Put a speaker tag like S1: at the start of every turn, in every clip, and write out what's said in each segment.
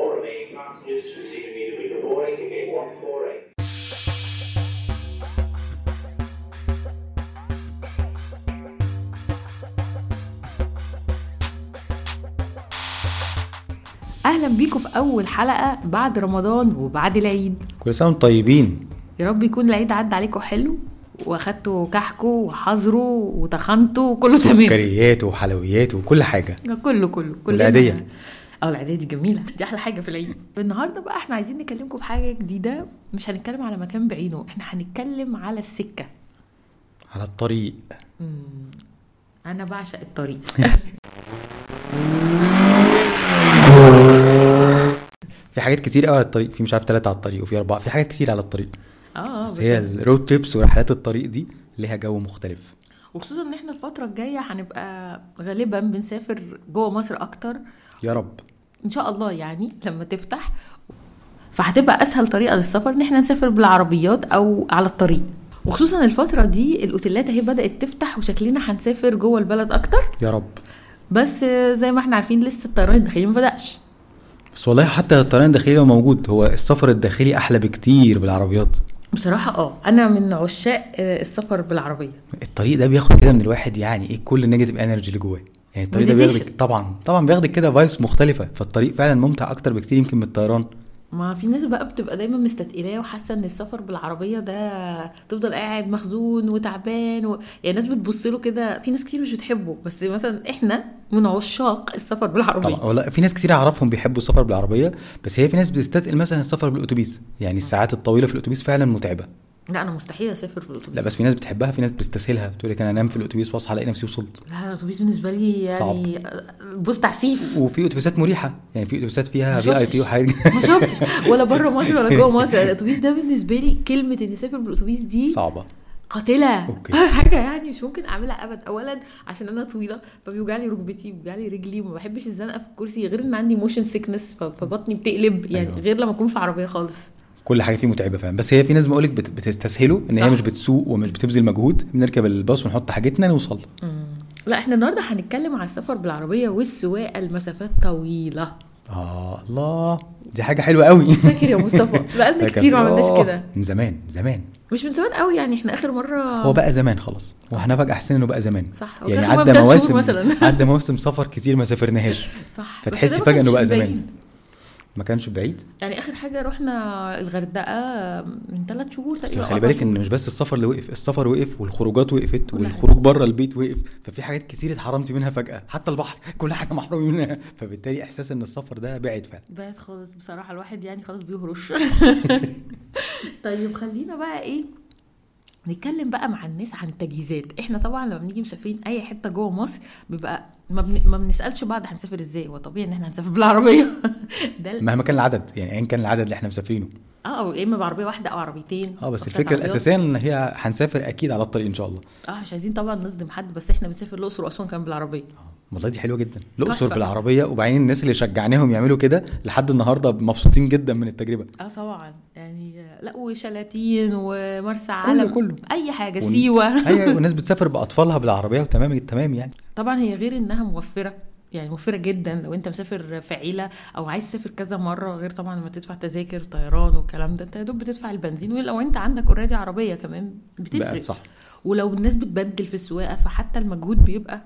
S1: all remaining passengers to receive immediately boarding gate 148.
S2: اهلا بيكم في اول حلقه بعد رمضان وبعد العيد
S3: كل سنه وانتم طيبين
S2: يا رب يكون العيد عدى عليكم حلو واخدتوا كحكوا وحظروا وتخنتوا وكله تمام
S3: سكريات وحلويات وكل حاجه
S2: كله كله كله
S3: والعيدية.
S2: اه العيدية دي جميلة دي أحلى حاجة في العيد النهاردة بقى احنا عايزين نكلمكم في حاجة جديدة مش هنتكلم على مكان بعينه احنا هنتكلم على السكة
S3: على الطريق
S2: أنا بعشق الطريق
S3: في حاجات كتير قوي على الطريق في مش عارف ثلاثه على الطريق وفي اربعه في حاجات كتير على الطريق
S2: اه
S3: بس
S2: بس
S3: هي الرود تريبس ورحلات الطريق دي ليها جو مختلف
S2: وخصوصا ان احنا الفترة الجاية هنبقى غالبا بنسافر جوه مصر أكتر
S3: يا رب
S2: إن شاء الله يعني لما تفتح فهتبقى أسهل طريقة للسفر إن احنا نسافر بالعربيات أو على الطريق وخصوصا الفترة دي الأوتيلات اهي بدأت تفتح وشكلنا هنسافر جوه البلد أكتر
S3: يا رب
S2: بس زي ما احنا عارفين لسه الطيران الداخلي ما بدأش
S3: بس والله حتى الطيران الداخلي لو موجود هو السفر الداخلي احلى بكتير بالعربيات
S2: بصراحة اه انا من عشاق آه، السفر بالعربية
S3: الطريق ده بياخد كده من الواحد يعني ايه كل النيجاتيف انرجي اللي جواه يعني الطريق ده
S2: Meditation.
S3: بياخدك طبعا طبعا بياخدك كده فايبس مختلفه فالطريق فعلا ممتع اكتر بكتير يمكن من الطيران
S2: ما في ناس بقى بتبقى دايما مستتقلاه وحاسه ان السفر بالعربيه ده تفضل قاعد مخزون وتعبان و... يعني ناس بتبص له كده في ناس كتير مش بتحبه بس مثلا احنا من عشاق السفر بالعربيه
S3: طبعا ولا في ناس كتير اعرفهم بيحبوا السفر بالعربيه بس هي في ناس بتستثقل مثلا السفر بالاتوبيس
S2: آه.
S3: يعني الساعات الطويله في الاتوبيس فعلا متعبه
S2: لا انا مستحيل اسافر بالاتوبيس
S3: لا بس في ناس بتحبها في ناس بتستسهلها بتقول لك انا انام في الاتوبيس واصحى الاقي نفسي وصلت
S2: لا أنا الاتوبيس بالنسبه لي يعني بص تعسيف
S3: وفي اتوبيسات مريحه يعني في اتوبيسات فيها
S2: ما
S3: في اي
S2: شفتش.
S3: بي وحاجات
S2: ما شفتش ولا بره مصر ولا جوه مصر الاتوبيس ده بالنسبه لي كلمه اني اسافر بالاتوبيس دي
S3: صعبه
S2: قاتله
S3: أوكي.
S2: حاجه يعني مش ممكن اعملها ابدا اولا عشان انا طويله فبيوجعلي ركبتي بيوجعلي رجلي وما بحبش الزنقه في الكرسي غير ان عندي موشن سيكنس فبطني بتقلب يعني
S3: أيوة.
S2: غير لما اكون في عربيه خالص
S3: كل حاجه فيه متعبه فعلا بس هي في ناس بقول لك بت- بتستسهله ان
S2: صح.
S3: هي مش بتسوق ومش بتبذل مجهود بنركب الباص ونحط حاجتنا نوصل
S2: لا احنا النهارده هنتكلم على السفر بالعربيه والسواقه لمسافات طويله
S3: اه الله دي حاجه حلوه قوي
S2: فاكر يا مصطفى بقالنا كتير ما عملناش
S3: آه،
S2: كده
S3: من زمان زمان
S2: مش من زمان قوي يعني احنا اخر مره
S3: هو بقى زمان خلاص هو احنا فجاه حسينا انه بقى زمان
S2: صح، هو
S3: يعني
S2: كان زمان
S3: عدى
S2: بتلات شهور
S3: مواسم
S2: مثلا.
S3: عدى مواسم سفر كتير ما سافرناهاش
S2: صح بس ده
S3: فتحسي
S2: ما
S3: فجاه انه
S2: كانش
S3: بقى
S2: بعيد.
S3: زمان ما كانش بعيد
S2: يعني اخر حاجه رحنا الغردقه من ثلاث شهور
S3: بس
S2: تقريبا
S3: خلي
S2: أربع
S3: بالك
S2: شهور.
S3: ان مش بس السفر اللي وقف السفر وقف والخروجات وقفت
S2: آه، كل حاجة.
S3: والخروج بره البيت وقف ففي حاجات كتير اتحرمتي منها فجاه حتى البحر كل حاجه محرومين منها فبالتالي احساس ان السفر ده بعيد فعلا
S2: بس خالص بصراحة الواحد يعني خلاص بيهرش طيب خلينا بقى ايه نتكلم بقى مع الناس عن التجهيزات احنا طبعا لما بنيجي مسافرين اي حته جوه مصر بيبقى ما, بن... ما بنسالش بعض هنسافر ازاي هو طبيعي ان احنا هنسافر بالعربيه ده ال-
S3: مهما كان العدد يعني ايا كان العدد اللي احنا مسافرينه
S2: اه أو يا اما بعربيه واحده او عربيتين
S3: اه بس
S2: أو ثلاث
S3: الفكره
S2: عربيات.
S3: الاساسيه ان هي هنسافر اكيد على الطريق ان شاء الله
S2: اه مش عايزين طبعا نصدم حد بس احنا بنسافر الاقصر واسوان كمان بالعربيه
S3: آه، والله دي حلوه جدا الاقصر
S2: تحفة.
S3: بالعربيه وبعدين الناس اللي شجعناهم يعملوا كده لحد النهارده مبسوطين جدا من التجربه
S2: اه طبعا يعني لا وشلاتين ومرسى
S3: كله-
S2: علم
S3: كله.
S2: اي حاجه
S3: ون-
S2: سيوه
S3: ايوه والناس بتسافر باطفالها بالعربيه وتمام التمام يعني
S2: طبعا هي غير انها موفره يعني موفره جدا لو انت مسافر في عيله او عايز تسافر كذا مره غير طبعا لما تدفع تذاكر طيران والكلام ده انت يا دوب بتدفع البنزين ولو انت عندك اوريدي عربيه كمان بتفرق
S3: بقى صح
S2: ولو الناس بتبدل في السواقه فحتى المجهود بيبقى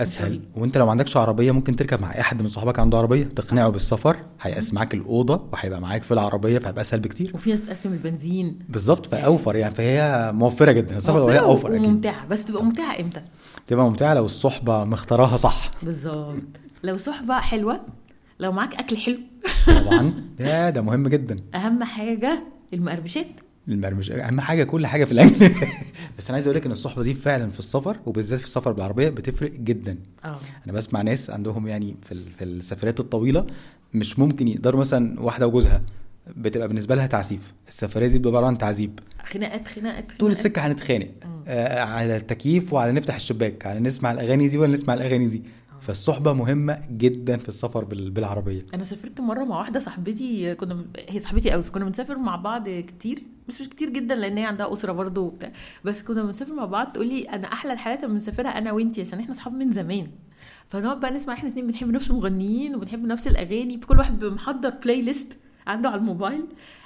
S3: اسهل
S2: سوري.
S3: وانت لو ما عندكش عربيه ممكن تركب مع اي حد من صحابك عنده عربيه تقنعه بالسفر هيقاس معاك الاوضه وهيبقى معاك في العربيه فهيبقى اسهل بكتير
S2: وفي ناس بتقسم البنزين
S3: بالظبط فاوفر يعني فهي موفره جدا السفر
S2: موفرة
S3: بالعربيه اوفر اكيد
S2: وممتعه بس تبقى ممتعه امتى
S3: تبقى ممتعه لو الصحبه مختاراها صح
S2: بالظبط لو صحبه حلوه لو معاك اكل حلو
S3: طبعا ده ده مهم جدا
S2: اهم حاجه المقرمشات
S3: المرمش اهم حاجه كل حاجه في الاكل بس انا عايز اقول لك ان الصحبه دي فعلا في السفر وبالذات في السفر بالعربيه بتفرق جدا
S2: اه
S3: انا بسمع ناس عندهم يعني في ال- في السفرات الطويله مش ممكن يقدروا مثلا واحده وجوزها بتبقى بالنسبه لها تعذيب السفريه دي بتبقى عباره عن تعذيب
S2: خناقات خناقات
S3: طول
S2: خناقات.
S3: السكه هنتخانق
S2: مم.
S3: آه على التكييف وعلى نفتح الشباك على نسمع الاغاني دي ولا نسمع الاغاني دي فالصحبه مهمه جدا في السفر بال- بالعربيه
S2: انا سافرت مره مع واحده صاحبتي كنا من- هي صاحبتي قوي فكنا بنسافر مع بعض كتير بس مش كتير جدا لان هي عندها اسره برضه وبتاع بس كنا بنسافر مع بعض تقول لي انا احلى الحالات لما بنسافرها انا وانتي عشان احنا اصحاب من زمان فنقعد بقى نسمع احنا اتنين بنحب نفس المغنيين وبنحب نفس الاغاني فكل واحد بيبقى محضر بلاي ليست عنده على الموبايل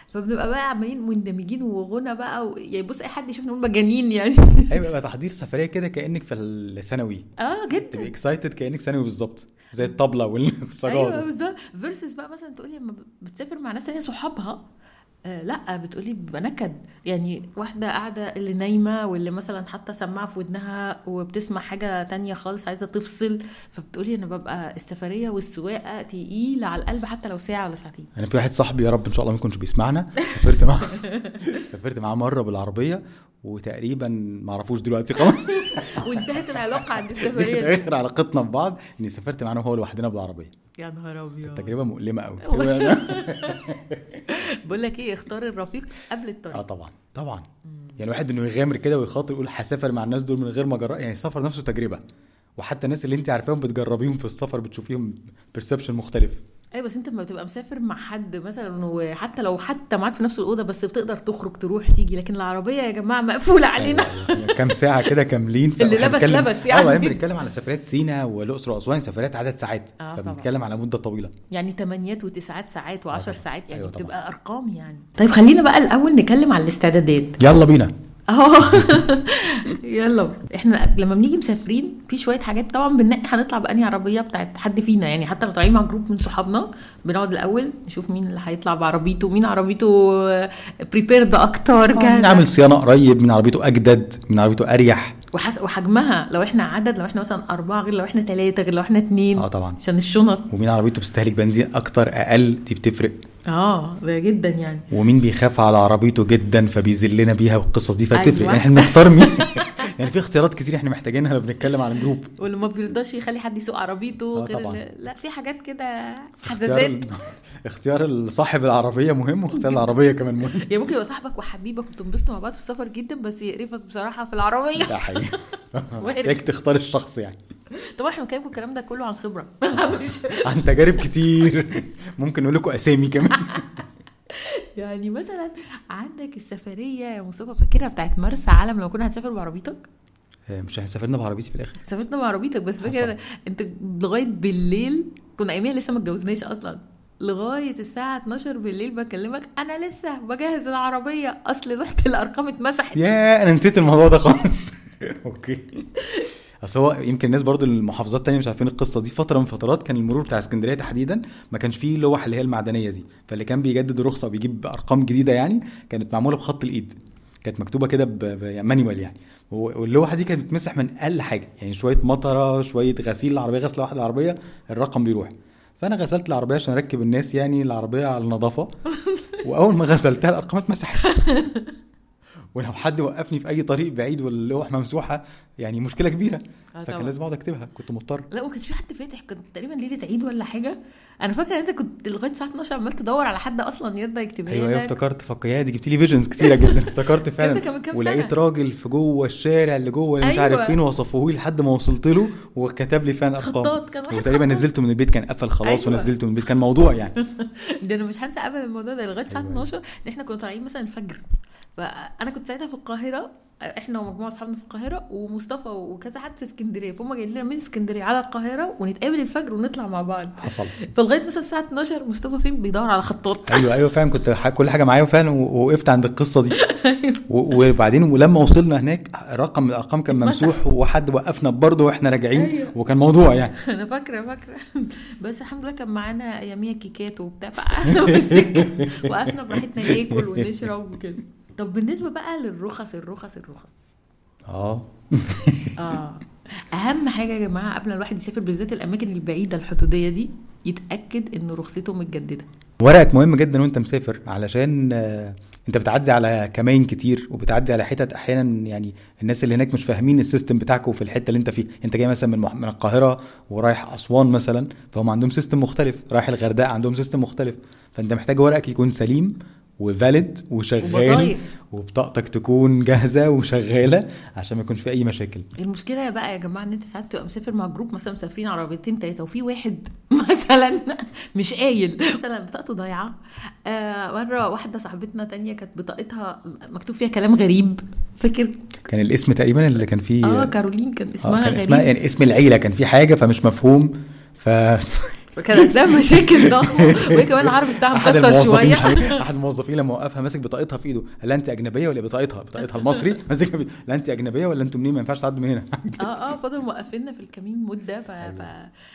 S2: فبنبقى بقى عمالين مندمجين وغنى بقى و... يعني بص اي حد يشوفنا نقول مجانين يعني
S3: هيبقى بقى أيوة، تحضير سفريه كده كانك في الثانوي
S2: اه
S3: تبقى
S2: جدا
S3: اكسايتد كانك ثانوي بالظبط زي الطبله والسجاره
S2: ايوه بالظبط فيرسس بقى مثلا تقولي لما بتسافر مع ناس تانية صحابها آه لا بتقولي بيبقى نكد يعني واحده قاعده اللي نايمه واللي مثلا حاطه سماعه في ودنها وبتسمع حاجه تانية خالص عايزه تفصل فبتقولي انا ببقى السفريه والسواقه تقيله على القلب حتى لو ساعه ولا ساعتين
S3: انا في واحد صاحبي يا رب ان شاء الله ما يكونش بيسمعنا سافرت معاه سافرت معاه مره بالعربيه وتقريبا ما اعرفوش دلوقتي خلاص
S2: وانتهت العلاقه عند
S3: دي
S2: السفريه
S3: كانت
S2: دي
S3: اخر علاقتنا ببعض اني سافرت معاه وهو لوحدنا بالعربيه
S2: يا نهار ابيض
S3: تجربه مؤلمه قوي
S2: بقول لك ايه اختار الرفيق قبل
S3: اه
S2: الطريق
S3: طبعا طبعا يعني الواحد انه يغامر كده ويخاطر يقول هسافر مع الناس دول من غير ما جرب يعني السفر نفسه تجربه وحتى الناس اللي انت عارفاهم بتجربيهم في السفر بتشوفيهم بيرسبشن مختلف
S2: ايوه بس انت لما بتبقى مسافر مع حد مثلا وحتى لو حتى معاك في نفس الاوضه بس بتقدر تخرج تروح تيجي لكن العربيه يا جماعه مقفوله علينا
S3: يعني كام ساعه كده كاملين
S2: اللي لبس
S3: فبنتكلم-
S2: لبس يعني.
S3: اه وبعدين بنتكلم على سفرات سينا والاقصر واسوان سفرات عدد ساعات
S2: آه طبعا.
S3: فبنتكلم على مده طويله
S2: يعني تمانيات وتسعات ساعات
S3: آه
S2: وعشر
S3: طبعاً.
S2: ساعات يعني
S3: أيوة طبعاً.
S2: بتبقى ارقام يعني طيب خلينا بقى الاول نتكلم على الاستعدادات
S3: يلا بينا
S2: اهو يلا بقى. احنا لما بنيجي مسافرين في شويه حاجات طبعا بننقي هنطلع بانهي عربيه بتاعت حد فينا يعني حتى لو طالعين مع جروب من صحابنا بنقعد الاول نشوف مين اللي هيطلع بعربيته مين عربيته آه، بريبيرد اكتر جاهزة.
S3: آه، نعمل صيانه قريب من عربيته اجدد من عربيته اريح
S2: وحس... وحجمها لو احنا عدد لو احنا مثلا أربعة غير لو احنا ثلاثة غير لو احنا اتنين
S3: اه طبعا
S2: عشان الشنط
S3: ومين عربيته بتستهلك بنزين اكتر اقل دي بتفرق
S2: اه ده جدا يعني
S3: ومين بيخاف على عربيته جدا فبيذلنا بيها والقصص دي فبتفرق
S2: أيوة.
S3: يعني احنا بنختار مين يعني في اختيارات كتير احنا محتاجينها لو بنتكلم عن جروب
S2: واللي ما بيرضاش يخلي حد يسوق عربيته
S3: آه
S2: غير
S3: طبعاً.
S2: اللي... لا في حاجات كده
S3: اختيار
S2: حزازات
S3: ال- اختيار صاحب العربيه مهم واختيار العربيه كمان مهم
S2: يعني ممكن يبقى صاحبك وحبيبك وتنبسطوا مع بعض في السفر جدا بس يقرفك بصراحة في العربية
S3: ده حقيقي
S2: أيوة. وارد.
S3: محتاج تختار الشخص يعني
S2: طبعا احنا بنتكلم الكلام ده كله عن خبرة مش
S3: عن تجارب كتير ممكن نقول لكم اسامي كمان
S2: يعني مثلا عندك السفرية يا مصطفى فاكرها بتاعت مرسى علم لما كنا هنسافر بعربيتك
S3: آه، مش هنسافرنا بعربيتي في الاخر
S2: سافرتنا بعربيتك بس فاكر
S3: حصل.
S2: انت لغايه بالليل كنا اياميها لسه ما اتجوزناش اصلا لغايه الساعه 12 بالليل بكلمك انا لسه بجهز العربيه اصل لوحه الارقام اتمسحت
S3: يا انا نسيت الموضوع ده خالص اوكي اصل هو يمكن الناس برضو المحافظات التانية مش عارفين القصه دي فتره من فترات كان المرور بتاع اسكندريه تحديدا ما كانش فيه لوح اللي هي المعدنيه دي فاللي كان بيجدد الرخصه وبيجيب ارقام جديده يعني كانت معموله بخط الايد كانت مكتوبه كده ب- ب- مانيوال يعني و- واللوحه دي كانت بتمسح من اقل حاجه يعني شويه مطره شويه غسيل العربيه غسله واحده العربيه الرقم بيروح فانا غسلت العربيه عشان اركب الناس يعني العربيه على النظافه واول ما غسلتها الارقام اتمسحت ولو حد وقفني في اي طريق بعيد واللوح ممسوحه يعني مشكله كبيره
S2: آه
S3: فكان
S2: طبعاً.
S3: لازم اقعد اكتبها كنت مضطر
S2: لا وما كانش في حد فاتح كنت تقريبا ليله عيد ولا حاجه انا فاكره ان انت كنت لغايه الساعه 12 عمال تدور على حد اصلا يرضى يكتبها
S3: ايوه ايوه
S2: لك
S3: افتكرت فك يا دي جبت لي فيجنز كتيره جدا افتكرت فعلا
S2: كان من كام
S3: ولقيت
S2: سنة.
S3: راجل في جوه الشارع اللي جوه اللي مش
S2: أيوة.
S3: عارف فين وصفوه لي لحد ما وصلت له وكتب لي فعلا ارقام
S2: خطاط، كان واحد
S3: وتقريبا
S2: خطاط.
S3: نزلته من البيت كان قفل خلاص
S2: أيوة.
S3: أيوة. ونزلته من البيت كان موضوع يعني
S2: ده انا مش هنسى ابدا الموضوع ده لغايه الساعه
S3: أيوة.
S2: 12 ان احنا كنا طالعين مثلا الفجر فانا كنت ساعتها في القاهره احنا ومجموعه اصحابنا في القاهره ومصطفى وكذا حد في اسكندريه فهم جايين لنا من اسكندريه على القاهره ونتقابل الفجر ونطلع مع بعض
S3: حصل
S2: فلغايه مثلا الساعه 12 مصطفى فين بيدور على خطاط
S3: ايوه ايوه فعلا كنت ح- كل حاجه معايا وفعلا و- وقفت عند القصه دي و- وبعدين ولما وصلنا هناك رقم من الارقام كان
S2: أيوة. اتمسح.
S3: ممسوح وحد وقفنا برضه واحنا راجعين
S2: أيوة.
S3: وكان موضوع يعني
S2: انا فاكره فاكره بس الحمد لله كان معانا اياميها كيكات وبتاع فقعدنا في السكه وقفنا براحتنا ناكل ونشرب وكده طب بالنسبه بقى للرخص الرخص الرخص
S3: اه
S2: اه اهم حاجه يا جماعه قبل الواحد يسافر بالذات الاماكن البعيده الحدوديه دي يتاكد ان رخصته متجدده
S3: ورقك مهم جدا وانت مسافر علشان آه، انت بتعدي على كمائن كتير وبتعدي على حتت احيانا يعني الناس اللي هناك مش فاهمين السيستم بتاعكم في الحته اللي انت فيها انت جاي مثلا من مح- من القاهره ورايح اسوان مثلا فهم عندهم سيستم مختلف رايح الغردقه عندهم سيستم مختلف فانت محتاج ورقك يكون سليم وفاليد وشغال
S2: وبطايق.
S3: وبطاقتك تكون جاهزه وشغاله عشان ما يكونش في اي مشاكل
S2: المشكله بقى يا جماعه ان انت ساعات بتبقى مسافر مع جروب مثلا مسافرين عربيتين تلاته وفي واحد مثلا مش قايل مثلا بطاقته ضايعه آه مره واحده صاحبتنا تانية كانت بطاقتها مكتوب فيها كلام غريب فاكر
S3: كان الاسم تقريبا اللي كان فيه
S2: اه كارولين كان اسمها
S3: آه، كان
S2: غريب
S3: اسمها يعني اسم العيله كان في حاجه فمش مفهوم ف
S2: فكانت ده مشاكل ضخمه وهي كمان العربي بتاعها
S3: احد
S2: مكسر
S3: الموظفين
S2: شويه
S3: مش عارف- احد الموظفين لما وقفها ماسك بطاقتها في ايده قال لها انت اجنبيه ولا بطاقتها بطاقتها المصري ماسك لا انت اجنبيه ولا انتوا منين ما ينفعش تعدوا من هنا
S2: اه اه فضلوا موقفيننا في الكمين مده ف... ف...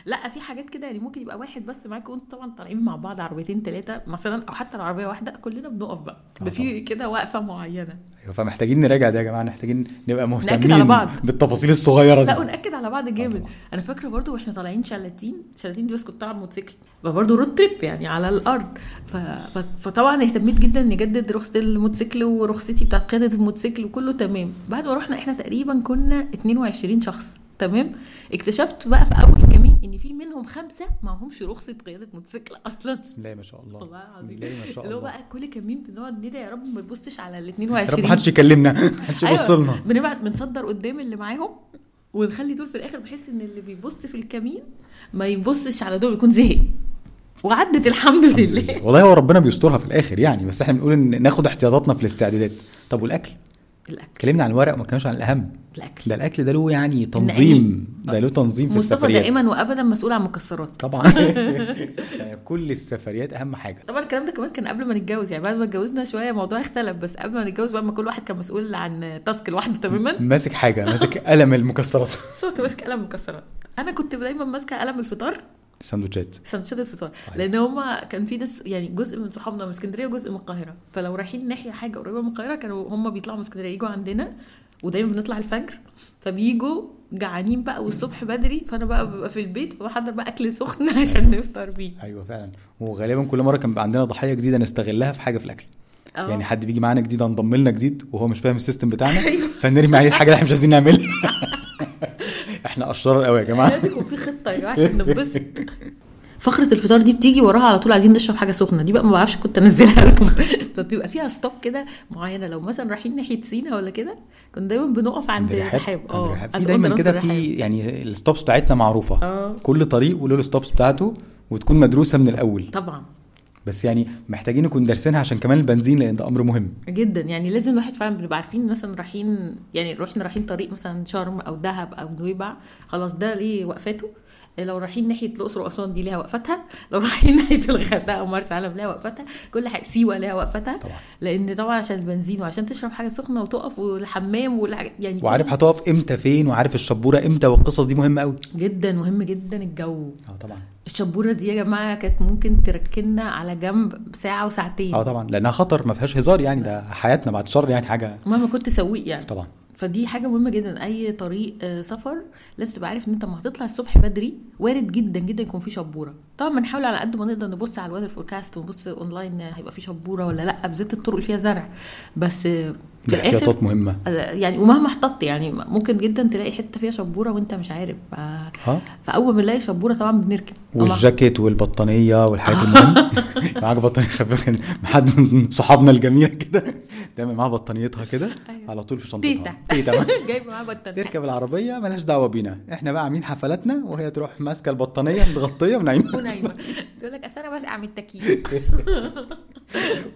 S2: لا في حاجات كده يعني ممكن يبقى واحد بس معاك وانتوا طبعا طالعين مع بعض عربيتين ثلاثه مثلا او حتى العربيه واحده كلنا بنقف بقى
S3: آه
S2: ده في كده وقفه معينه
S3: أيوة، فمحتاجين نراجع ده يا جماعه محتاجين نبقى مهتمين
S2: على بعض.
S3: بالتفاصيل الصغيره
S2: لا
S3: دي
S2: ونأكد على بعض جامد انا فاكره برضو واحنا طالعين شلاتين شلاتين دي بس كنت طالعه بموتوسيكل فبرضه رود تريب يعني على الارض ف... ف... فطبعا اهتميت جدا اني اجدد رخصه الموتوسيكل ورخصتي بتاعت قياده الموتوسيكل وكله تمام بعد ما رحنا احنا تقريبا كنا 22 شخص تمام اكتشفت بقى في اول كمين ان في منهم خمسه معهمش رخصه قياده موتوسيكل اصلا
S3: بسم الله ما شاء الله
S2: والله
S3: بسم
S2: العظيم
S3: الله ما شاء
S2: اللي هو
S3: الله
S2: بقى كل كمين بنقعد ندعي يا رب ما يبصش على ال
S3: يا
S2: 22
S3: رب محدش يكلمنا محدش
S2: أيوة.
S3: يبص لنا
S2: بنبعت بنصدر قدام اللي معاهم ونخلي دول في الاخر بحيث ان اللي بيبص في الكمين ما يبصش على دول يكون زهق وعدت الحمد لله
S3: والله هو ربنا بيسترها في الاخر يعني بس احنا بنقول ان ناخد احتياطاتنا في الاستعدادات طب والاكل
S2: الاكل
S3: اتكلمنا عن الورق ما اتكلمناش عن الاهم
S2: الاكل
S3: ده الاكل ده له يعني تنظيم
S2: النقلين.
S3: ده له تنظيم في
S2: مصطفى
S3: السفريات
S2: دائما وابدا مسؤول عن مكسرات
S3: طبعا يعني كل السفريات اهم حاجه
S2: طبعا الكلام ده كمان كان قبل ما نتجوز يعني بعد ما اتجوزنا شويه الموضوع اختلف بس قبل ما نتجوز بقى ما كل واحد كان مسؤول عن تاسك لوحده تماما
S3: ماسك حاجه ماسك قلم المكسرات
S2: مصطفى كان ماسك قلم مكسرات انا كنت دايما ماسكه قلم الفطار
S3: السندوتشات
S2: سندوتشات الفطار
S3: صحيح.
S2: لان هما كان في ناس يعني جزء من صحابنا من اسكندريه وجزء من القاهره فلو رايحين ناحيه حاجه قريبه من القاهره كانوا هما بيطلعوا من اسكندريه يجوا عندنا ودايما بنطلع الفجر فبيجوا جعانين بقى والصبح بدري فانا بقى ببقى في البيت فبحضر بقى اكل سخن عشان نفطر بيه
S3: ايوه فعلا وغالبا كل مره كان بيبقى عندنا ضحيه جديده نستغلها في حاجه في الاكل
S2: آه.
S3: يعني حد بيجي معانا جديد انضم لنا جديد وهو مش فاهم السيستم بتاعنا
S2: أيوة.
S3: فنرمي عليه الحاجه اللي احنا مش عايزين نعملها احنا اشرار قوي يا جماعه
S2: لازم يكون في خطه يا جماعه عشان ننبسط فقرة الفطار دي بتيجي وراها على طول عايزين نشرب حاجة سخنة دي بقى ما بعرفش كنت انزلها لكم فبيبقى فيها ستوب كده معينة لو مثلا رايحين ناحية سينا ولا كده كنا دايما بنقف عند رحاب
S3: عند رحاب في
S2: عند
S3: دايما
S2: أوضة
S3: كده
S2: رحاب.
S3: في يعني الستوبس بتاعتنا معروفه
S2: آه.
S3: كل طريق وله الستوبس بتاعته وتكون مدروسه من الاول
S2: طبعا
S3: بس يعني محتاجين نكون دارسينها عشان كمان البنزين لان ده امر مهم
S2: جدا يعني لازم الواحد فعلا بنبقى عارفين مثلا رايحين يعني رحنا رايحين طريق مثلا شرم او دهب او نويبع خلاص ده ليه وقفاته لو رايحين ناحيه الاقصر واسوان دي ليها وقفتها لو رايحين ناحيه الغردقه او مرسى علم ليها وقفتها كل حاجه سيوه ليها وقفتها
S3: طبعا
S2: لان طبعا عشان البنزين وعشان تشرب حاجه سخنه وتقف والحمام والحاجات يعني كل-
S3: وعارف هتقف امتى فين وعارف الشبوره امتى والقصص دي مهمه قوي
S2: جدا مهم جدا الجو
S3: اه طبعا
S2: الشبوره دي يا جماعه كانت ممكن تركننا على جنب ساعه وساعتين
S3: اه طبعا لانها خطر ما فيهاش هزار يعني ده حياتنا بعد شر يعني حاجه
S2: مهما كنت سويق يعني
S3: طبعا
S2: فدي حاجه مهمه جدا اي طريق آه، سفر لازم تبقى عارف ان انت ما هتطلع الصبح بدري وارد جدا جدا يكون في شبوره طبعا بنحاول على قد ما نقدر نبص على الويذر فوركاست ونبص اونلاين آه، هيبقى في شبوره ولا لا بالذات الطرق اللي فيها زرع بس آه، في
S3: دي
S2: الاخر
S3: احتياطات مهمه
S2: آه، يعني ومهما احتطت يعني ممكن جدا تلاقي حته فيها شبوره وانت مش عارف ف...
S3: اه
S2: فاول ما نلاقي شبوره طبعا بنركن
S3: والجاكيت والبطانيه والحاجات المهمه معاك بطانيه خفيفه كان حد من صحابنا الجميله كده دايما معاها بطانيتها كده
S2: أيوة.
S3: على طول في
S2: تيتا.
S3: شنطتها تيتا
S2: جايب معاه بطانيه
S3: تركب العربيه ملهاش دعوه بينا احنا بقى عاملين حفلاتنا وهي تروح ماسكه البطانيه متغطيه ونايمه
S2: ونايمه تقول لك اصل انا بسقع من التكييف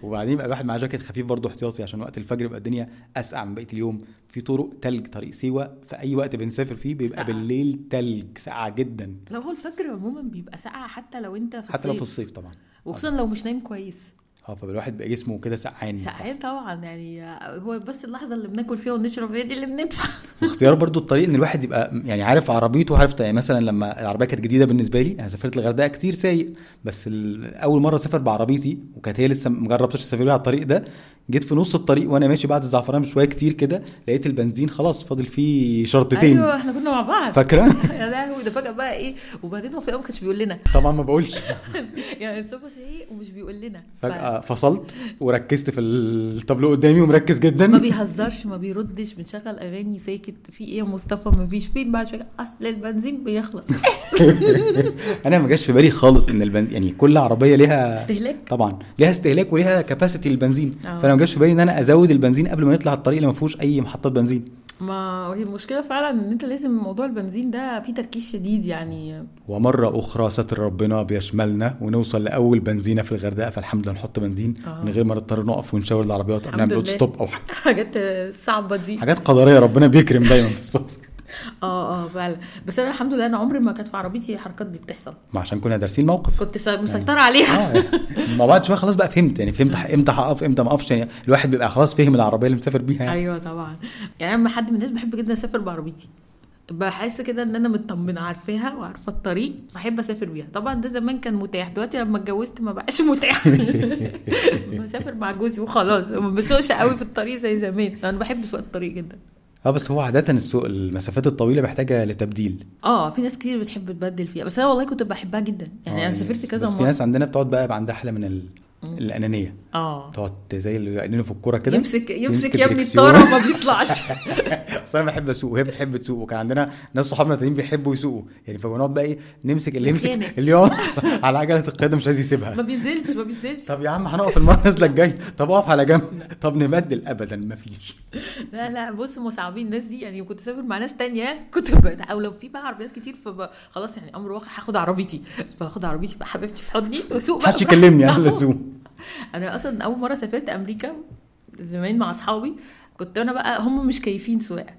S3: وبعدين يبقى الواحد معاه جاكيت خفيف برضه احتياطي عشان وقت الفجر يبقى الدنيا اسقع من بقيه اليوم في طرق تلج طريق سيوه في اي وقت بنسافر فيه بيبقى
S2: ساقعة.
S3: بالليل تلج ساقعه جدا
S2: لو هو الفجر عموما بيبقى ساقعه حتى لو انت في الصيف
S3: حتى لو في الصيف طبعا
S2: وخصوصا لو مش نايم كويس
S3: اه فالواحد بقى جسمه كده سقعان
S2: ساعتين طبعا يعني هو بس اللحظه اللي بناكل فيها ونشرب فيها دي اللي بندفع
S3: واختيار برضو الطريق ان الواحد يبقى يعني عارف عربيته عارف يعني مثلا لما العربيه كانت جديده بالنسبه لي انا سافرت الغردقه كتير سايق بس ال- اول مره اسافر بعربيتي وكانت هي لسه مجربتش تسافر بيها على الطريق ده جيت في نص الطريق وانا ماشي بعد الزعفران بشويه كتير كده لقيت البنزين خلاص فاضل فيه شرطتين
S2: ايوه احنا كنا مع بعض
S3: فاكره
S2: يا لهوي ده فجاه بقى ايه وبعدين هو في الأول ما كانش بيقول لنا
S3: طبعا ما بقولش
S2: يعني الصبح ايه ومش بيقول لنا ف-
S3: فجاه فصلت وركزت في التابلو قدامي ومركز جدا
S2: ما بيهزرش ما بيردش بنشغل اغاني ساكت في ايه يا مصطفى ما فيش فين بقى شويه اصل البنزين بيخلص
S3: انا ما جاش في بالي خالص ان البنزين يعني كل عربيه ليها
S2: استهلاك
S3: طبعا ليها استهلاك وليها كباسيتي البنزين
S2: آه.
S3: فانا ما جاش في بالي ان انا ازود البنزين قبل ما نطلع الطريق اللي ما فيهوش اي محطات بنزين
S2: ما هي المشكله فعلا ان انت لازم موضوع البنزين ده فيه تركيز شديد يعني
S3: ومره اخرى ستر ربنا بيشملنا ونوصل لاول بنزينه في الغردقه فالحمد لله نحط بنزين
S2: آه.
S3: من غير ما نضطر نقف ونشاور العربيات او
S2: الحمد
S3: نعمل
S2: لله.
S3: أوت ستوب او حاجه
S2: حاجات صعبه دي
S3: حاجات قدريه ربنا بيكرم دايما في السفر
S2: اه اه فعلا بس انا الحمد لله انا عمري ما كانت في عربيتي الحركات دي بتحصل
S3: ما عشان كنا دارسين الموقف
S2: كنت سا- مسيطره عليها
S3: اه مع بعض شويه خلاص بقى فهمت يعني فهمت ح- امتى هقف امتى ما اقفش يعني الواحد بيبقى خلاص فهم العربيه اللي مسافر بيها يعني.
S2: ايوه طبعا يعني انا حد من الناس بحب جدا اسافر بعربيتي بحس كده ان انا مطمنه عارفاها وعارفه الطريق بحب اسافر بيها طبعا ده زمان كان متاح دلوقتي لما اتجوزت ما بقاش متاح بسافر مع جوزي وخلاص ما بسوقش قوي في الطريق زي زمان انا بحب سواقه الطريق جدا
S3: اه بس هو عاده السوق المسافات الطويله محتاجه لتبديل
S2: اه في ناس كتير بتحب تبدل فيها بس انا والله كنت بحبها جدا يعني
S3: آه،
S2: انا سافرت
S3: بس-
S2: كذا
S3: بس في
S2: مره
S3: ناس عندنا بتقعد بقى يبقى عندها حاله من ال... الانانيه
S2: اه
S3: تقعد زي اللي بيقننوا في الكوره كده
S2: يمسك يمسك يا ابني
S3: دريكسيون.
S2: الطاره وما بيطلعش
S3: اصل انا بحب اسوق وهي بتحب تسوق وكان عندنا ناس صحابنا تانيين بيحبوا يسوقوا يعني فبنقعد بقى ايه نمسك اللي
S2: نتخانق.
S3: يمسك اللي يقعد على عجله القياده مش عايز يسيبها
S2: ما بينزلش ما بينزلش
S3: طب يا عم هنقف المره نازله الجاي طب اقف على جنب طب نبدل ابدا مفيش
S2: لا لا بص هم صعبين الناس دي يعني كنت اسافر مع ناس تانية كنت بقى او لو في بقى عربيات كتير فب... خلاص يعني امر واقع هاخد عربيتي فاخد عربيتي بقى حبيبتي في حضني واسوق بقى
S3: محدش
S2: براحتي.
S3: يكلمني يعني، انا
S2: أهو.
S3: لزوم
S2: انا اصلا اول مره سافرت امريكا زمان مع اصحابي كنت انا بقى هم مش كيفين سواقه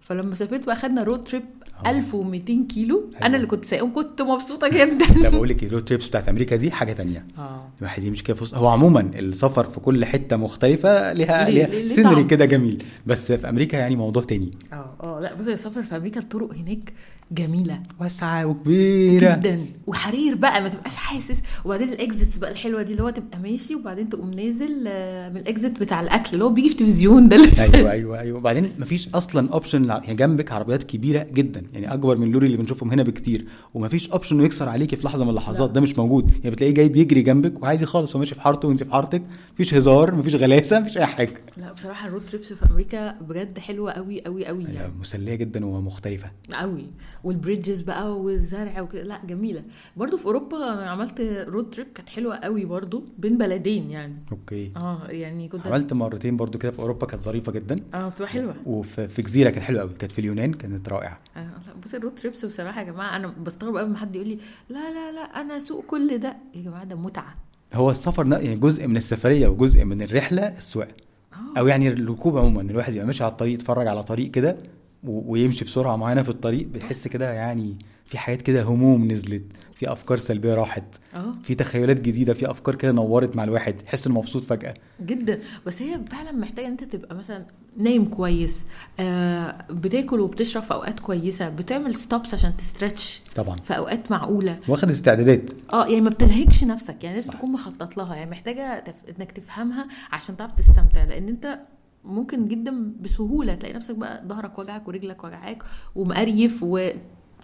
S2: فلما سافرت بقى خدنا رود تريب
S3: آه.
S2: 1200 كيلو
S3: أيوة.
S2: انا اللي كنت سايقهم كنت مبسوطه جدا
S3: لا بقول لك الرود تريبس بتاعت امريكا دي حاجه تانية
S2: اه
S3: الواحد يمشي كده في وسط- هو عموما السفر في كل حته مختلفه ليها
S2: ليه- ليه-
S3: ليها
S2: ليه
S3: سينري
S2: طعم.
S3: كده جميل بس في امريكا يعني موضوع تاني
S2: اه اه لا بس السفر في امريكا الطرق هناك جميله
S3: واسعه وكبيره
S2: جدا وحرير بقى ما تبقاش حاسس وبعدين الاكزيتس بقى الحلوه دي اللي هو تبقى ماشي وبعدين تقوم نازل آه، من الاكزيت بتاع الاكل اللي هو بيجي في التلفزيون ده اللي-
S3: ايوه ايوه ايوه وبعدين مفيش اصلا اوبشن يعني جنبك عربيات كبيره جدا يعني اكبر من اللوري اللي بنشوفهم هنا بكتير ومفيش اوبشن انه يكسر عليكي في لحظه من اللحظات
S2: لا.
S3: ده مش موجود يعني بتلاقيه جاي بيجري جنبك وعايز يخلص هو ماشي في حارته وانت في حارتك مفيش هزار مفيش غلاسه مفيش اي حاجه
S2: لا بصراحه الرود تريبس في امريكا بجد حلوه قوي قوي قوي
S3: هي
S2: يعني
S3: مسليه جدا ومختلفه
S2: قوي والبريدجز يعني، بقى والزرع وكده لا جميله برضو في اوروبا انا عملت رود تريب كانت حلوه قوي برضو بين بلدين يعني
S3: اوكي
S2: اه يعني كنت
S3: عملت مرتين برضو كده في اوروبا كانت ظريفه جدا
S2: اه بتبقى حلوه
S3: وفي في جزيره كانت حلوه قوي كانت في اليونان كانت رائعه
S2: آه، لا، بص الرود تريبس بصراحه يا جماعه انا بستغرب قوي لما حد يقول لي لا لا لا انا اسوق كل ده يا جماعه ده متعه
S3: هو السفر ده يعني جزء من السفريه وجزء من الرحله السواقه
S2: اه
S3: او يعني الركوب عموما الواحد يبقى ماشي على الطريق يتفرج على طريق كده و- ويمشي بسرعه معينه في الطريق بيحس كده يعني في حاجات كده هموم نزلت في افكار سلبيه راحت
S2: اه
S3: في تخيلات جديده في افكار كده نورت مع الواحد يحس انه مبسوط فجاه
S2: جدا بس هي فعلا محتاجه ان انت تبقى مثلا نايم كويس آه بتاكل وبتشرب في اوقات كويسه بتعمل ستوبس عشان تسترتش
S3: طبعا
S2: في اوقات معقوله
S3: واخد استعدادات
S2: اه يعني ما بتنهكش نفسك يعني لازم
S3: صح.
S2: تكون مخطط لها يعني محتاجه تف... انك تفهمها عشان تعرف تستمتع لان انت ممكن جدا بسهوله تلاقي نفسك بقى ظهرك وجعك ورجلك وجعاك ومقريف و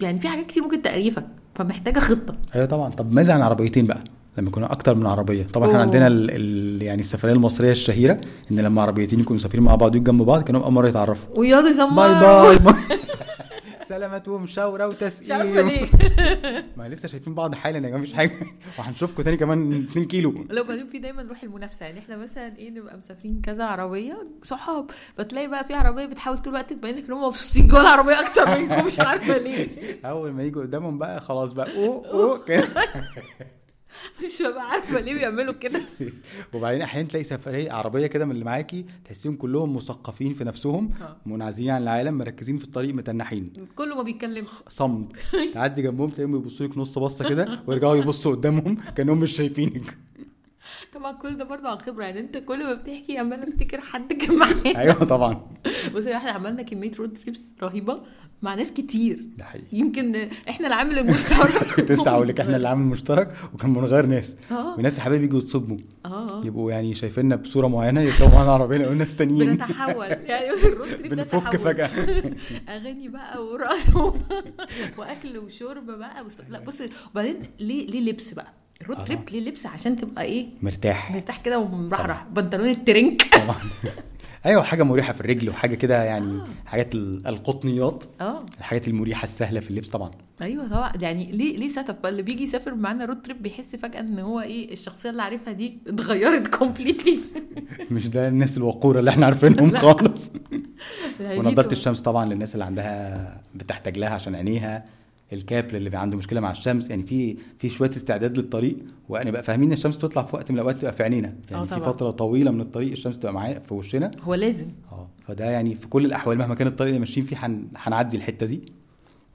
S2: يعني في حاجات كتير ممكن تقريفك فمحتاجه خطه
S3: ايوه طبعا طب ماذا عن عربيتين بقى لما يكون اكتر من عربيه طبعا احنا
S2: أوه.
S3: عندنا ال... ال... يعني السفريه المصريه الشهيره ان لما عربيتين يكونوا مسافرين مع بعض ويجوا جنب بعض كانوا اول مره يتعرفوا
S2: ويقعدوا يسمعوا
S3: باي باي سلامتهم شاوره
S2: مش عارفه
S3: وتسقيم
S2: ليه
S3: ما لسه شايفين بعض حالا يا جماعه مفيش حاجه وهنشوفكم تاني كمان 2 كيلو
S2: لو بعدين في دايما روح المنافسه يعني احنا مثلا ايه نبقى مسافرين كذا عربيه صحاب فتلاقي بقى في عربيه بتحاول طول الوقت تبين لك ان هم مبسوطين جوه العربيه اكتر منكم مش عارفه ليه
S3: اول ما يجوا قدامهم بقى خلاص بقى اوه اوه كده
S2: مش ببقى عارفه ليه بيعملوا كده
S3: وبعدين احيانا تلاقي سفريه عربيه كده من اللي معاكي تحسيهم كلهم مثقفين في نفسهم
S2: آه.
S3: منعزلين عن العالم مركزين في الطريق متنحين
S2: كله ما بيتكلمش
S3: صمت تعدي جنبهم تلاقيهم يبصوا لك نص بصه كده ويرجعوا يبصوا قدامهم كانهم مش شايفينك
S2: طبعا كل ده برضه عن خبره يعني انت كل ما بتحكي عمال افتكر حد كان معايا
S3: ايوه طبعا
S2: بصي احنا عملنا كميه رود تريبس رهيبه مع ناس كتير
S3: ده حقيقي
S2: يمكن احنا العامل المشترك
S3: كنت لسه هقول لك احنا اللي عامل مشترك وكان من غير ناس
S2: اه
S3: وناس يا حبايبي يجوا يتصدموا
S2: اه
S3: يبقوا يعني شايفيننا بصوره معينه يركبوا معانا عربيه يلاقوا ناس تانيين
S2: بنتحول يعني الرود تريب ده
S3: بنفك
S2: تحول
S3: فجاه
S2: اغاني بقى ورقص و- واكل وشرب بقى وست... لا بص وبعدين ليه ليه لبس بقى الرود
S3: آه.
S2: تريب ليه لبس عشان تبقى ايه
S3: مرتاح
S2: مرتاح كده ومرحرح بنطلون الترنك
S3: طبعا ايوه حاجه مريحه في الرجل وحاجه كده يعني حاجات ال- القطنيات
S2: اه
S3: الحاجات المريحه السهله في اللبس طبعا
S2: ايوه طبعا يعني ليه ليه سيت اب اللي بيجي يسافر معانا رود تريب بيحس فجاه ان هو ايه الشخصيه اللي عارفها دي اتغيرت كومبليتلي
S3: مش ده الناس الوقوره اللي احنا عارفينهم
S2: لا.
S3: خالص
S2: يعني
S3: ونضاره الشمس طبعا للناس اللي عندها بتحتاج لها عشان عينيها الكاب للي بقى عنده مشكله مع الشمس يعني في في شويه استعداد للطريق وانا بقى فاهمين إن الشمس تطلع في وقت من الاوقات تبقى في عينينا يعني
S2: آه
S3: في
S2: طبعا.
S3: فتره طويله من الطريق الشمس تبقى معانا في وشنا
S2: هو لازم
S3: اه فده يعني في كل الاحوال مهما كان الطريق اللي ماشيين فيه هن- هنعدي الحته دي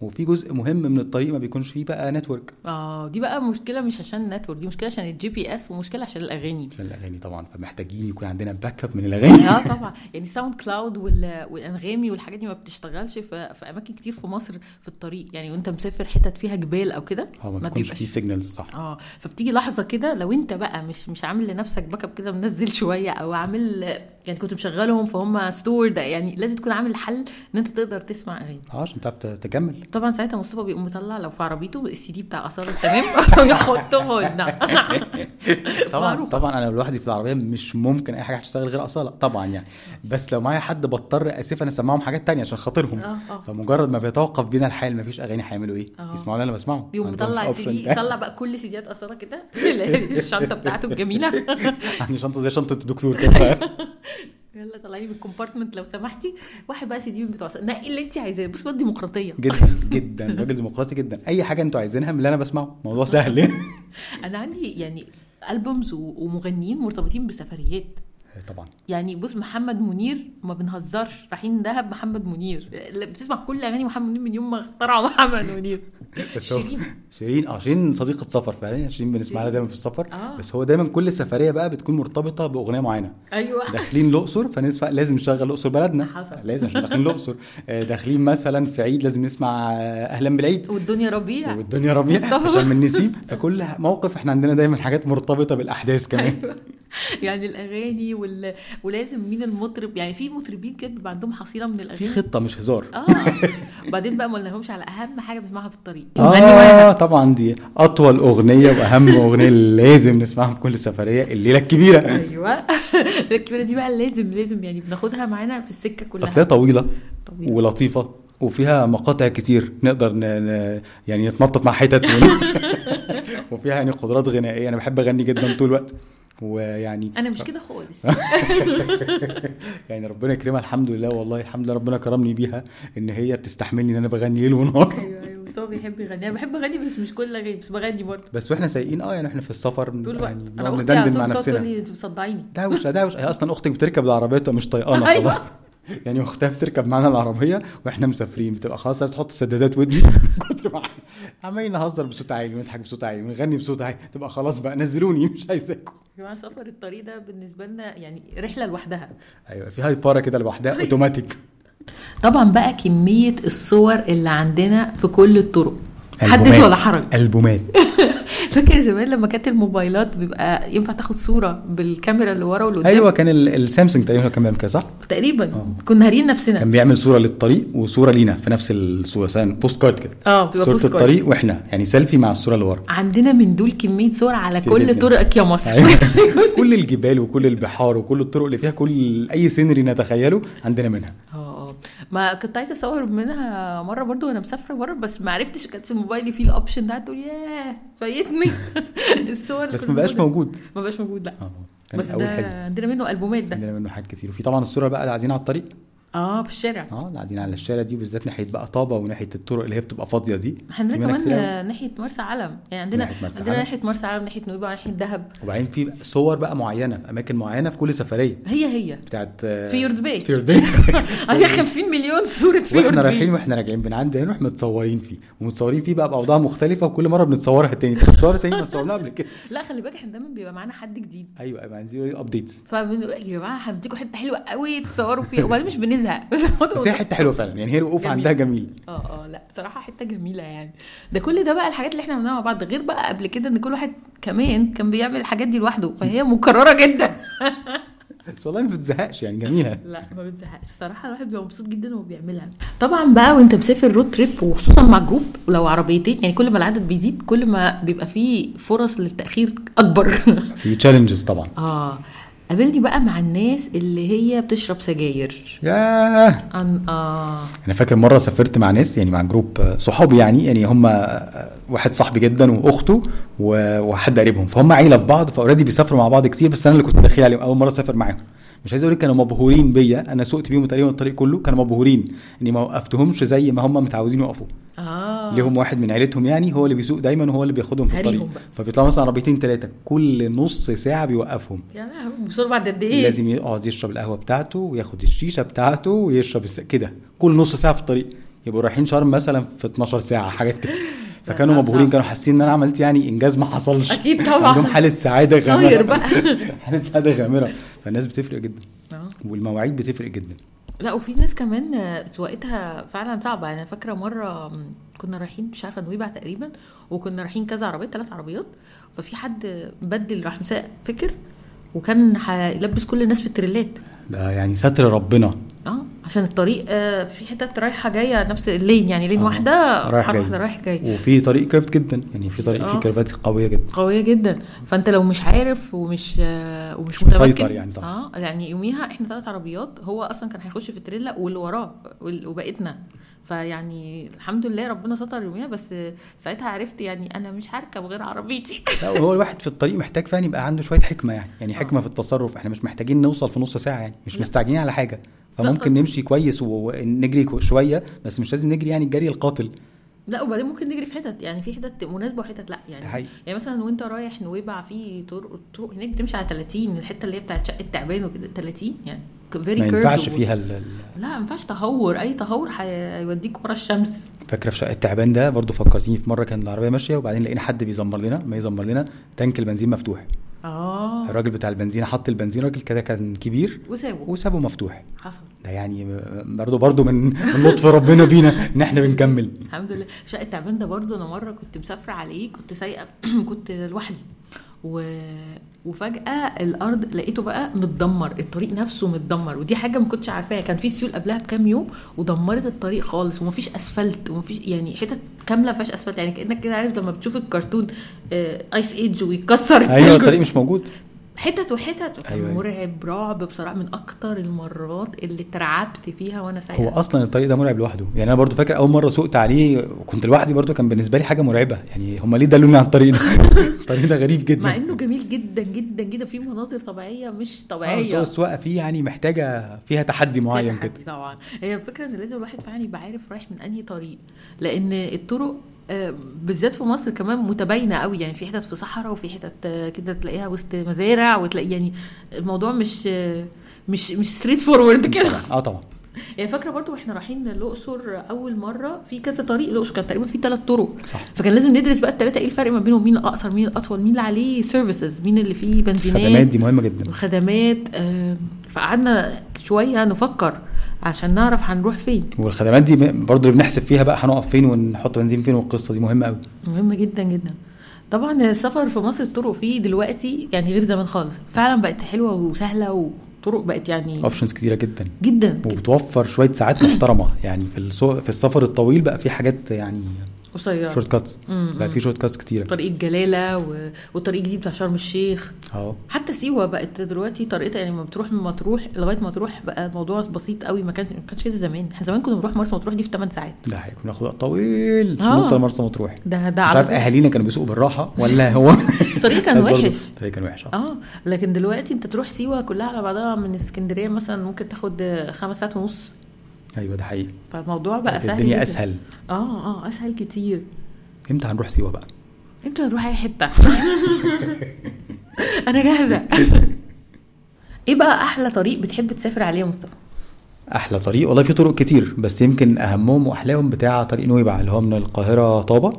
S3: وفي جزء مهم من الطريق ما بيكونش فيه بقى نتورك
S2: اه دي بقى مشكله مش عشان النتورك دي مشكله عشان الجي بي اس ومشكله عشان الاغاني
S3: عشان الاغاني طبعا فمحتاجين يكون عندنا باك اب من الاغاني
S2: اه طبعا يعني ساوند كلاود وال- والانغامي والحاجات دي ما بتشتغلش في, في اماكن كتير في مصر في الطريق يعني وانت مسافر حتت فيها جبال او كده
S3: اه ما بيكونش فيه سيجنالز صح
S2: اه فبتيجي لحظه كده لو انت بقى مش مش عامل لنفسك باك اب كده منزل شويه او عامل يعني كنت مشغلهم فهم ستورد يعني لازم تكون عامل حل ان انت تقدر تسمع اغاني
S3: اه عشان تعرف ت- تكمل
S2: طبعا ساعتها مصطفى بيقوم مطلع لو في عربيته السي دي بتاع اثار التمام ويحطه هنا
S3: طبعا
S2: معروفة.
S3: طبعا انا لوحدي في العربيه مش ممكن اي حاجه هتشتغل غير اصاله طبعا يعني بس لو معايا حد بضطر اسف انا اسمعهم حاجات تانية عشان خاطرهم
S2: اه اه
S3: فمجرد ما بيتوقف بينا الحال مفيش اغاني هيعملوا ايه
S2: اه.
S3: يسمعوا اللي انا بسمعه
S2: يقوم
S3: عندهم
S2: مطلع
S3: مش
S2: سي
S3: option
S2: دي
S3: ده.
S2: يطلع بقى كل سيديات اثارها كده الشنطه بتاعته الجميله
S3: عندي شنطه زي شنطه الدكتور كده
S2: يلا طلعيني من الكومبارتمنت لو سمحتي واحد بقى سي دي من بتوع نقي اللي انت عايزاه بص بقى ديمقراطيه
S3: جدا جدا راجل ديمقراطي جدا اي حاجه انتوا عايزينها من اللي انا بسمعه موضوع سهل
S2: انا عندي يعني البومز و- ومغنيين مرتبطين بسفريات
S3: طبعا
S2: يعني بص محمد منير ما بنهزرش رايحين دهب محمد منير لا، بتسمع كل اغاني محمد منير من يوم ما اخترعوا محمد منير
S3: بس هو
S2: شيرين.
S3: شيرين اه شيرين صديقه سفر فعلا شيرين بنسمع لها دايما في السفر
S2: آه.
S3: بس هو دايما كل سفريه بقى بتكون مرتبطه باغنيه معينه
S2: ايوه
S3: داخلين الاقصر فنسمع لازم نشغل الاقصر بلدنا
S2: حصل.
S3: لازم عشان داخلين الاقصر آه، داخلين مثلا في عيد لازم نسمع آه، اهلا بالعيد
S2: والدنيا ربيع
S3: والدنيا ربيع
S2: مصطفى.
S3: عشان من نسيم فكل موقف احنا عندنا دايما حاجات مرتبطه بالاحداث كمان
S2: ايوه يعني الاغاني وال... ولازم مين المطرب يعني في مطربين كده بيبقى عندهم حصيله من
S3: في
S2: الاغاني
S3: خطه مش هزار
S2: اه وبعدين بقى ما قلناهمش على اهم حاجه بنسمعها في الطريق يغني
S3: اه طبعا دي اطول اغنيه واهم اغنيه لازم نسمعها في كل سفريه الليله الكبيره
S2: ايوه الكبيره دي بقى لازم لازم يعني بناخدها معانا في السكه كلها
S3: اصلها طويله
S2: طويلة.
S3: ولطيفه وفيها مقاطع كتير نقدر ن... ن... يعني نتنطط مع حتت ون... وفيها يعني قدرات غنائيه انا بحب اغني جدا طول الوقت ويعني
S2: انا مش كده خالص
S3: يعني ربنا يكرمها الحمد لله والله الحمد لله ربنا كرمني بيها ان هي بتستحملني ان انا بغني ليل ونهار
S2: ايوه ايوه بس هو بيحب يغني انا بحب اغني بس مش كل اغاني بس بغني برضه
S3: بس واحنا سايقين اه يعني احنا في السفر
S2: طول الوقت
S3: يعني
S2: انا
S3: بنقعد
S2: اختي على
S3: ندندن
S2: طول
S3: مع
S2: بتقعد
S3: نفسنا
S2: تقول لي انت مصدعيني
S3: دوشه دوشه هي اصلا اختك بتركب العربيه بتبقى مش طايقانا
S2: أيوة.
S3: خلاص يعني اختها بتركب معانا العربيه واحنا مسافرين بتبقى خلاص عايزه تحط السدادات ودني من كتر ما إحنا عمالين نهزر بصوت عالي ونضحك بصوت عالي ونغني بصوت عالي تبقى خلاص بقى نزلوني مش عايزاكم
S2: يا جماعه سفر الطريق ده بالنسبه لنا يعني رحله لوحدها
S3: ايوه في هايبره كده لوحدها اوتوماتيك
S2: طبعا بقى كميه الصور اللي عندنا في كل الطرق حدث
S3: ألبومات.
S2: ولا حرج
S3: البومات
S2: فاكر زمان لما كانت الموبايلات بيبقى ينفع تاخد صوره بالكاميرا اللي ورا واللي قدام
S3: ايوه كان ال- السامسونج تقريبا كان بيعمل كده صح؟
S2: تقريبا
S3: آه.
S2: كنا هارين نفسنا
S3: كان بيعمل صوره للطريق وصوره لينا في نفس الصوره مثلا بوست كارد كده
S2: اه بيبقى
S3: صوره
S2: postcard.
S3: الطريق واحنا يعني سيلفي مع الصوره اللي ورا
S2: عندنا من دول كميه صور على
S3: كتير
S2: كل
S3: جداً.
S2: طرقك يا مصر
S3: أيوة. كل الجبال وكل البحار وكل الطرق اللي فيها كل اي سينري نتخيله عندنا منها
S2: اه اه ما كنت عايزه اصور منها مره برضو وانا مسافره بره بس ما عرفتش كانت في موبايلي فيه الاوبشن ده تقول ياه فايتني الصور اللي
S3: بس
S2: كنت
S3: ما بقاش
S2: باخدها.
S3: موجود
S2: ما بقاش موجود لا
S3: اه كان
S2: بس
S3: اول حاجه
S2: ده عندنا منه البومات ده
S3: عندنا منه حاجات كتير وفي طبعا الصوره بقى اللي قاعدين على الطريق
S2: اه في الشارع
S3: اه اللي قاعدين على الشارع دي بالذات ناحيه بقى طابه وناحيه الطرق اللي هي بتبقى فاضيه دي
S2: احنا
S3: في
S2: عندنا
S3: منها
S2: كمان
S3: كتير أوي.
S2: آه، ناحيه مرسى علم يعني عندنا
S3: ناحية مرسى
S2: عندنا
S3: علم.
S2: ناحيه مرسى علم ناحيه نويبع ناحيه دهب
S3: وبعدين في صور بقى معينه في اماكن معينه في كل سفريه
S2: هي هي
S3: بتاعت آه،
S2: فيورد باي.
S3: فيورد باي
S2: عندنا 50 مليون صوره في
S3: واحنا
S2: أوروبي.
S3: طيب. رايحين واحنا راجعين بنعدي هنا واحنا متصورين فيه ومتصورين فيه بقى باوضاع مختلفه وكل مره بنتصورها تاني بنتصورها تاني ما اتصورناها قبل كده
S2: لا خلي بالك احنا دايما بيبقى معانا حد جديد
S3: ايوه يبقى عايزين ابديتس
S2: فبنقول يا جماعه هنديكم حته حلوه قوي تصوروا فيها وبعدين مش بننزل بتزهق بتاخدها
S3: بس هي حته حلوه فعلا يعني هي الوقوف
S2: جميل.
S3: عندها جميل
S2: اه اه لا بصراحه حته جميله يعني ده كل ده بقى الحاجات اللي احنا عملناها مع بعض غير بقى قبل كده ان كل واحد كمان كان بيعمل الحاجات دي لوحده فهي مكرره جدا
S3: بس والله ما بتزهقش يعني جميله
S2: لا ما بتزهقش بصراحه الواحد بيبقى مبسوط جدا وهو بيعملها طبعا بقى وانت مسافر رود تريب وخصوصا مع جروب ولو عربيتين يعني كل ما العدد بيزيد كل ما بيبقى فيه فرص للتاخير اكبر
S3: في تشالنجز طبعا
S2: اه قابلني بقى مع الناس اللي هي بتشرب سجاير
S3: ياه
S2: عن اه
S3: انا فاكر مره سافرت مع ناس يعني مع جروب آه، صحابي يعني يعني هم آه، واحد صاحبي جدا واخته و- وحد قريبهم فهم عيله في بعض فاوريدي بيسافروا مع بعض كتير بس انا اللي كنت داخل عليهم اول مره اسافر معاهم مش عايز اقول لك كانوا مبهورين بيا انا سقت بيهم تقريبا الطريق كله كانوا مبهورين اني ما وقفتهمش زي ما هم متعودين يقفوا
S2: اه
S3: ليهم واحد من عيلتهم يعني هو اللي بيسوق دايما وهو اللي بياخدهم في الطريق
S2: هريهم بقى.
S3: فبيطلعوا مثلا عربيتين ثلاثه كل نص ساعه بيوقفهم
S2: يا لهوي بسرعه بعد قد ايه
S3: لازم يقعد يشرب القهوه بتاعته وياخد الشيشه بتاعته ويشرب الس... كده كل نص ساعه في الطريق يبقوا رايحين شرم مثلا في 12 ساعه حاجات كده فكانوا
S2: صعب،
S3: مبهورين
S2: صعب.
S3: كانوا حاسين ان انا عملت يعني انجاز ما حصلش
S2: أكيد طبعاً.
S3: عندهم حاله سعاده غامره
S2: طاير بقى.
S3: حاله سعاده غامره فالناس بتفرق جدا
S2: آه.
S3: والمواعيد بتفرق جدا
S2: لا وفي ناس كمان آه، سواقتها فعلا صعبه انا فاكره مره مم، كنا رايحين مش عارفه نويبع تقريبا وكنا رايحين كذا عربيه ثلاث عربيات ففي حد آه، بدل راح مساق فكر وكان هيلبس كل الناس في التريلات
S3: ده يعني ستر ربنا
S2: اه عشان الطريق آه، في حتت رايحه جايه نفس اللين يعني لين
S3: آه،
S2: واحده
S3: رايح
S2: حاره
S3: جاي.
S2: واحده رايح جاي
S3: وفي طريق كيرفت جدا يعني في طريق
S2: آه.
S3: في كيرفات قويه جدا
S2: قوية جدا فانت لو مش عارف ومش آه، ومش
S3: مش مسيطر
S2: متمكن-
S3: يعني طبعا.
S2: اه يعني يوميها احنا ثلاث عربيات هو اصلا كان هيخش في التريلا واللي وراه وال- وبقيتنا فيعني الحمد لله ربنا ستر يوميها بس آه، ساعتها عرفت يعني انا مش هركب غير عربيتي
S3: لا وهو الواحد في الطريق محتاج فعلا يبقى عنده شويه حكمه يعني يعني
S2: آه.
S3: حكمه في التصرف احنا مش محتاجين نوصل في نص ساعه يعني مش مستعجلين على حاجه فممكن
S2: خالص.
S3: نمشي كويس و- ونجري كو- شويه بس مش لازم نجري يعني الجري القاتل
S2: لا وبعدين ممكن نجري في حتت يعني في حتت مناسبه وحتت لا
S3: ده
S2: يعني
S3: حقيقي
S2: يعني مثلا وانت رايح نويبع في طرق طرق هناك بتمشي على 30 الحته اللي هي بتاعت شقه تعبان وكده 30 يعني فيري
S3: ما ينفعش فيها ال- ال-
S2: لا ما ينفعش تهور اي تهور هيوديك ورا الشمس
S3: فاكره في شقه التعبان ده برضو فكرتيني في مره كان العربيه ماشيه وبعدين لقينا حد بيزمر لنا ما يزمر لنا تانك البنزين مفتوح
S2: اه
S3: الراجل بتاع البنزين حط البنزين راجل كده كان كبير
S2: وسابه
S3: وسابه مفتوح
S2: حصل
S3: ده يعني برضو برضو من من لطف ربنا بينا ان احنا بنكمل
S2: الحمد لله شقه تعبان ده برضو انا مره كنت مسافره عليه كنت سايقه كنت لوحدي و... وفجاه الارض لقيته بقى متدمر الطريق نفسه متدمر ودي حاجه ما كنتش عارفاها كان في سيول قبلها بكام يوم ودمرت الطريق خالص ومفيش اسفلت ومفيش يعني حتت كامله ما فيهاش اسفلت يعني كانك كده عارف لما بتشوف الكرتون آه، ايس ايج ويكسر
S3: ايوه
S2: التلج.
S3: الطريق مش موجود
S2: حتت وحتت وكان أيوة
S3: أيوة، أيوة.
S2: مرعب رعب بصراحه من اكتر المرات اللي اترعبت فيها وانا
S3: هو
S2: سايقه
S3: اصلا الطريق ده مرعب لوحده يعني انا برضو فاكر اول مره سقت عليه وكنت لوحدي برضو كان بالنسبه لي حاجه مرعبه يعني هم ليه دلوني على الطريق ده الطريق ده غريب جدا
S2: مع انه جميل جدا جدا جدا في مناظر طبيعيه مش
S3: آه، بس هو
S2: طبيعيه
S3: السواقه فيه يعني محتاجه فيها تحدي
S2: أيوة. فيها
S3: معين
S2: تحدي
S3: كده
S2: طبعا هي الفكره ان لازم الواحد فعلا يبقى عارف رايح من انهي طريق لان الطرق آه، بالذات في مصر كمان متباينه قوي يعني في حتت في صحراء وفي حتت آه، كده تلاقيها وسط مزارع وتلاقي يعني الموضوع مش آه، مش مش ستريت فورورد كده
S3: اه طبعا
S2: يعني فاكره برضو واحنا رايحين الاقصر اول مره في كذا طريق الاقصر كان تقريبا في ثلاث طرق
S3: صح
S2: فكان لازم ندرس بقى الثلاثه ايه الفرق ما بينهم مين الاقصر مين الاطول مين اللي عليه سيرفيسز مين اللي فيه
S3: الخدمات
S2: بنزينات
S3: دي مهمه جدا
S2: وخدمات آم، آه، فقعدنا شويه نفكر عشان نعرف هنروح فين
S3: والخدمات دي برضو اللي بنحسب فيها بقى هنقف فين ونحط بنزين فين والقصه دي مهمه قوي
S2: مهم جدا جدا طبعا السفر في مصر الطرق فيه دلوقتي يعني غير زمان خالص فعلا بقت حلوه وسهله وطرق بقت يعني
S3: اوبشنز كتيره جدا
S2: جدا
S3: وبتوفر شويه ساعات محترمه يعني في السو... في السفر الطويل بقى في حاجات يعني
S2: قصيره
S3: شورت كاتس
S2: مم.
S3: بقى في شورت كاتس كتيره
S2: طريق الجلاله و- والطريق الجديد بتاع شرم الشيخ
S3: اه
S2: حتى سيوه بقت دلوقتي طريقتها يعني لما بتروح من مطروح لغايه مطروح بقى الموضوع بسيط قوي ما كانش ما كانش كده زمان احنا زمان كنا بنروح مرسى مطروح دي في 8 ساعات
S3: ده هيكون وقت طويل عشان
S2: آه.
S3: نوصل مرسى مطروح
S2: ده ده
S3: مش عارف
S2: على
S3: اهالينا كانوا بيسوقوا بالراحه ولا هو
S2: بس الطريق كان
S3: بس برضه
S2: وحش
S3: الطريق كان وحش آه.
S2: اه لكن دلوقتي انت تروح سيوه كلها على بعضها من اسكندريه مثلا ممكن تاخد خمس ساعات ونص
S3: ايوه ده حقيقي
S2: فالموضوع بقى سهل
S3: الدنيا
S2: جداً.
S3: اسهل
S2: اه اه اسهل كتير
S3: امتى هنروح سيوه بقى
S2: انتوا هنروح اي حته انا جاهزه ايه بقى احلى طريق بتحب تسافر عليه يا مصطفى
S3: احلى طريق والله في طرق كتير بس يمكن اهمهم واحلاهم بتاع طريق نويبع اللي هو من القاهره طابه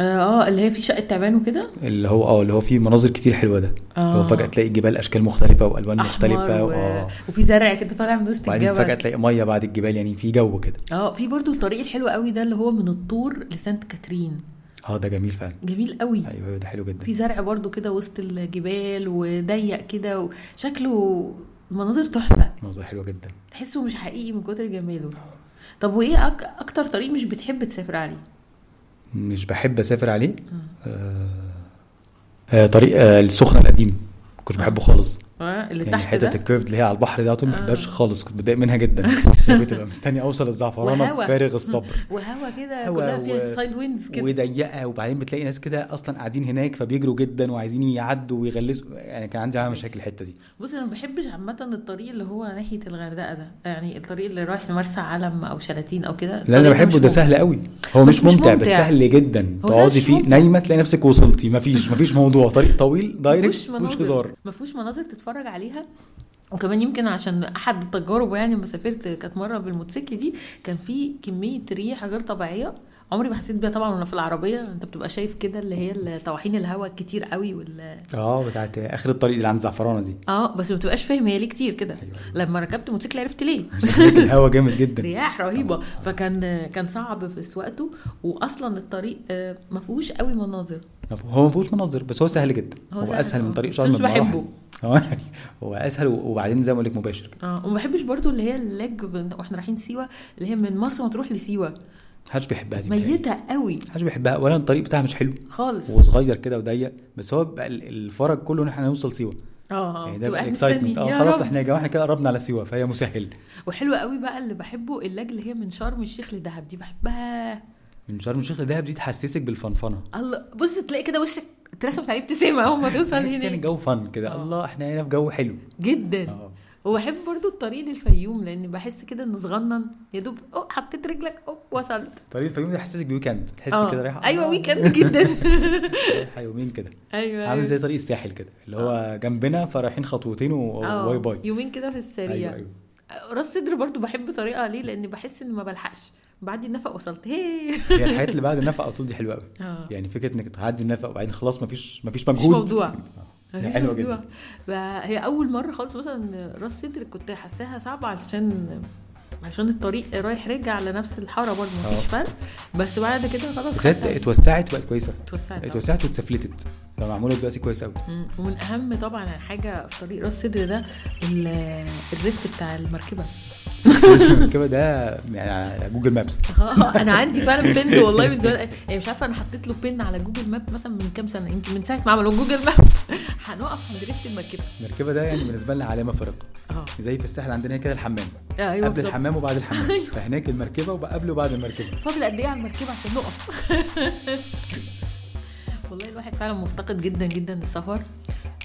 S2: اه اللي هي في شقه تعبان وكده
S3: اللي هو اه اللي هو فيه مناظر كتير حلوه ده اللي هو
S2: آه.
S3: فجاه تلاقي جبال اشكال مختلفه والوان مختلفه
S2: احمر و...
S3: واه
S2: وفي زرع كده طالع من وسط
S3: آه. وبعدين فجاه
S2: الجبل
S3: تلاقي ميه بعد الجبال يعني في جو كده
S2: اه في برضو الطريق الحلو قوي ده اللي هو من الطور لسانت كاترين
S3: اه ده جميل فعلا
S2: جميل قوي
S3: ايوه ايوه ده حلو جدا
S2: في زرع برضو كده وسط الجبال وضيق كده وشكله مناظر تحفه
S3: مناظر حلوه جدا
S2: تحسه مش حقيقي من كتر جماله طب وايه أك... اكتر طريق مش بتحب تسافر عليه
S3: مش بحب اسافر عليه آه... آه طريق آه السخنه القديم كنتش بحبه خالص
S2: اه اللي
S3: يعني
S2: تحت ده
S3: حتت الكيرف اللي هي على البحر دي على طول ما
S2: آه.
S3: بحبهاش خالص كنت بتضايق منها جدا كنت ببقى مستني اوصل الزعفرانه
S2: وهوا.
S3: بفارغ الصبر
S2: وهوا كده
S3: هوا
S2: كلها
S3: و-
S2: فيها السايد ويندز كده
S3: وضيقه وبعدين بتلاقي ناس كده اصلا قاعدين هناك فبيجروا جدا وعايزين يعدوا ويغلسوا يعني كان عندي معاها مشاكل الحته دي
S2: بص انا ما بحبش عامه الطريق اللي هو ناحيه الغردقه ده يعني الطريق اللي رايح لمرسى علم او شلاتين او كده
S3: لا
S2: الطريق
S3: انا
S2: ده
S3: بحبه
S2: طيب، مش
S3: ده
S2: مو-
S3: سهل قوي هو مش, مش ممتع, بس
S2: ممتع.
S3: سهل جدا
S2: هو سهل
S3: تقعدي
S2: مش
S3: فيه
S2: ممتع.
S3: نايمه تلاقي نفسك وصلتي مفيش مفيش موضوع طريق طويل دايركت مفيش
S2: مناظر-
S3: هزار
S2: ما فيهوش مناظر تتفرج عليها وكمان يمكن عشان احد تجاربه يعني لما سافرت كانت مره بالموتوسيكل دي كان في كميه ريح غير طبيعيه عمري ما حسيت بيها طبعا وانا في العربيه انت بتبقى شايف كده اللي هي طواحين الهواء كتير قوي وال
S3: اه بتاعت اخر الطريق اللي عند زعفرانه دي
S2: اه بس ما بتبقاش فاهم هي ليه كتير كده
S3: أيوة.
S2: لما ركبت موتوسيكل عرفت ليه
S3: الهوا جامد جدا
S2: رياح رهيبه فكان كان صعب في سواقته واصلا الطريق آه، ما فيهوش قوي مناظر
S3: هو ما فيهوش مناظر بس هو سهل جدا
S2: هو
S3: هو,
S2: سهل،
S3: اسهل من
S2: آه.
S3: طريق
S2: بس
S3: شرم
S2: مش
S3: بمراحل.
S2: بحبه.
S3: هو يعني هو اسهل وبعدين زي ما اقول لك مباشر كده
S2: اه وما بحبش برضو اللي هي اللج بن- واحنا رايحين سيوه اللي هي من مرسى مطروح لسيوه
S3: محدش بيحبها دي بتهيألي.
S2: ميته قوي
S3: محدش بيحبها ولا الطريق بتاعها مش حلو
S2: خالص
S3: وصغير كده وضيق بس هو بقى ال- الفرج كله ان احنا نوصل سيوه
S2: اه
S3: يعني
S2: اه
S3: ده
S2: تبقى
S3: بقى
S2: قاعد
S3: الاكسايتمنت
S2: مستني،
S3: اه
S2: يا
S3: خلاص
S2: رب.
S3: احنا يا جماعه احنا كده قربنا على سيوه فهي مسهل
S2: وحلوه قوي بقى اللي بحبه اللج اللي هي من شرم الشيخ لدهب دي بحبها
S3: من شرم الشيخ لدهب دي تحسسك بالفنفنه
S2: الله بص تلاقي كده وشك اترسمت عليه ابتسامه اول ما توصل
S3: تحس كان
S2: هنا
S3: الجو فن كده
S2: آه.
S3: الله احنا هنا في جو حلو
S2: جدا
S3: اه
S2: وبحب برضو الطريق للفيوم لان بحس كده انه صغنن يا دوب أوه، حطيت رجلك اوب وصلت
S3: طريق الفيوم ده يحسسك بويك اند تحسي
S2: آه.
S3: كده رايحه
S2: ايوه ويكند جدا
S3: رايحه يومين كده
S2: ايوه
S3: عامل
S2: أيوة.
S3: زي طريق الساحل كده اللي هو جنبنا فرايحين خطوتين
S2: آه،
S3: وواي باي
S2: يومين كده في السريع
S3: ايوه ايوه
S2: راس صدر برضو بحب طريقه ليه لان بحس ان ما بلحقش بعد النفق وصلت هي
S3: هي الحاجات اللي بعد النفق على طول دي حلوه قوي
S2: اه
S3: يعني فكره انك تعدي النفق وبعدين خلاص مفيش مفيش
S2: مش
S3: مجهود
S2: موضوع
S3: ده
S2: مفيش
S3: حلوة
S2: موضوع.
S3: جدا.
S2: ف- هي اول مره خالص مثلا راس صدر كنت حاساها صعبه علشان عشان الطريق رايح راجع على نفس الحاره برضه مفيش فرق بس بعد كده خلاص
S3: بس هي
S2: خدتها.
S3: آه. اتوسعت وبقت كويسه
S2: اتوسعت طبعاً.
S3: اتوسعت واتسفلتت فمعموله دلوقتي كويس قوي
S2: مم. ومن اهم طبعا حاجه في طريق راس صدر ده ال- الريسك بتاع المركبه
S3: كده ده يعني على جوجل مابس
S2: اه انا عندي فعلا بند والله من زمان يعني مش عارفه انا حطيت له بن على جوجل ماب مثلا من كام سنه يمكن من ساعه ما عملوا جوجل ماب هنقف عند ريست المركبه
S3: المركبه ده يعني بالنسبه لنا علامه فارقه
S2: اه
S3: زي في الساحل عندنا كده الحمام
S2: آه، ايوه
S3: قبل
S2: بالظبط
S3: الحمام وبعد الحمام فهناك المركبه وقبل وبعد المركبه
S2: فاضل قد ايه على المركبه عشان نقف والله الواحد فعلا مفتقد جدا جدا السفر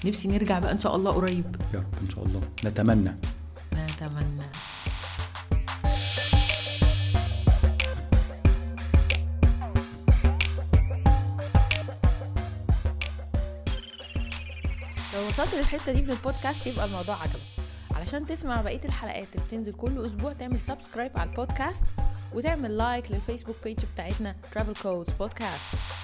S2: نفسي نرجع بقى ان شاء الله قريب
S3: يا رب ان شاء الله نتمنى
S2: اتمنى لو وصلت للحته دي من البودكاست يبقى الموضوع عجبك علشان تسمع بقيه الحلقات اللي بتنزل كل اسبوع تعمل سبسكرايب على البودكاست وتعمل لايك للفيسبوك بيج بتاعتنا ترافل كودز بودكاست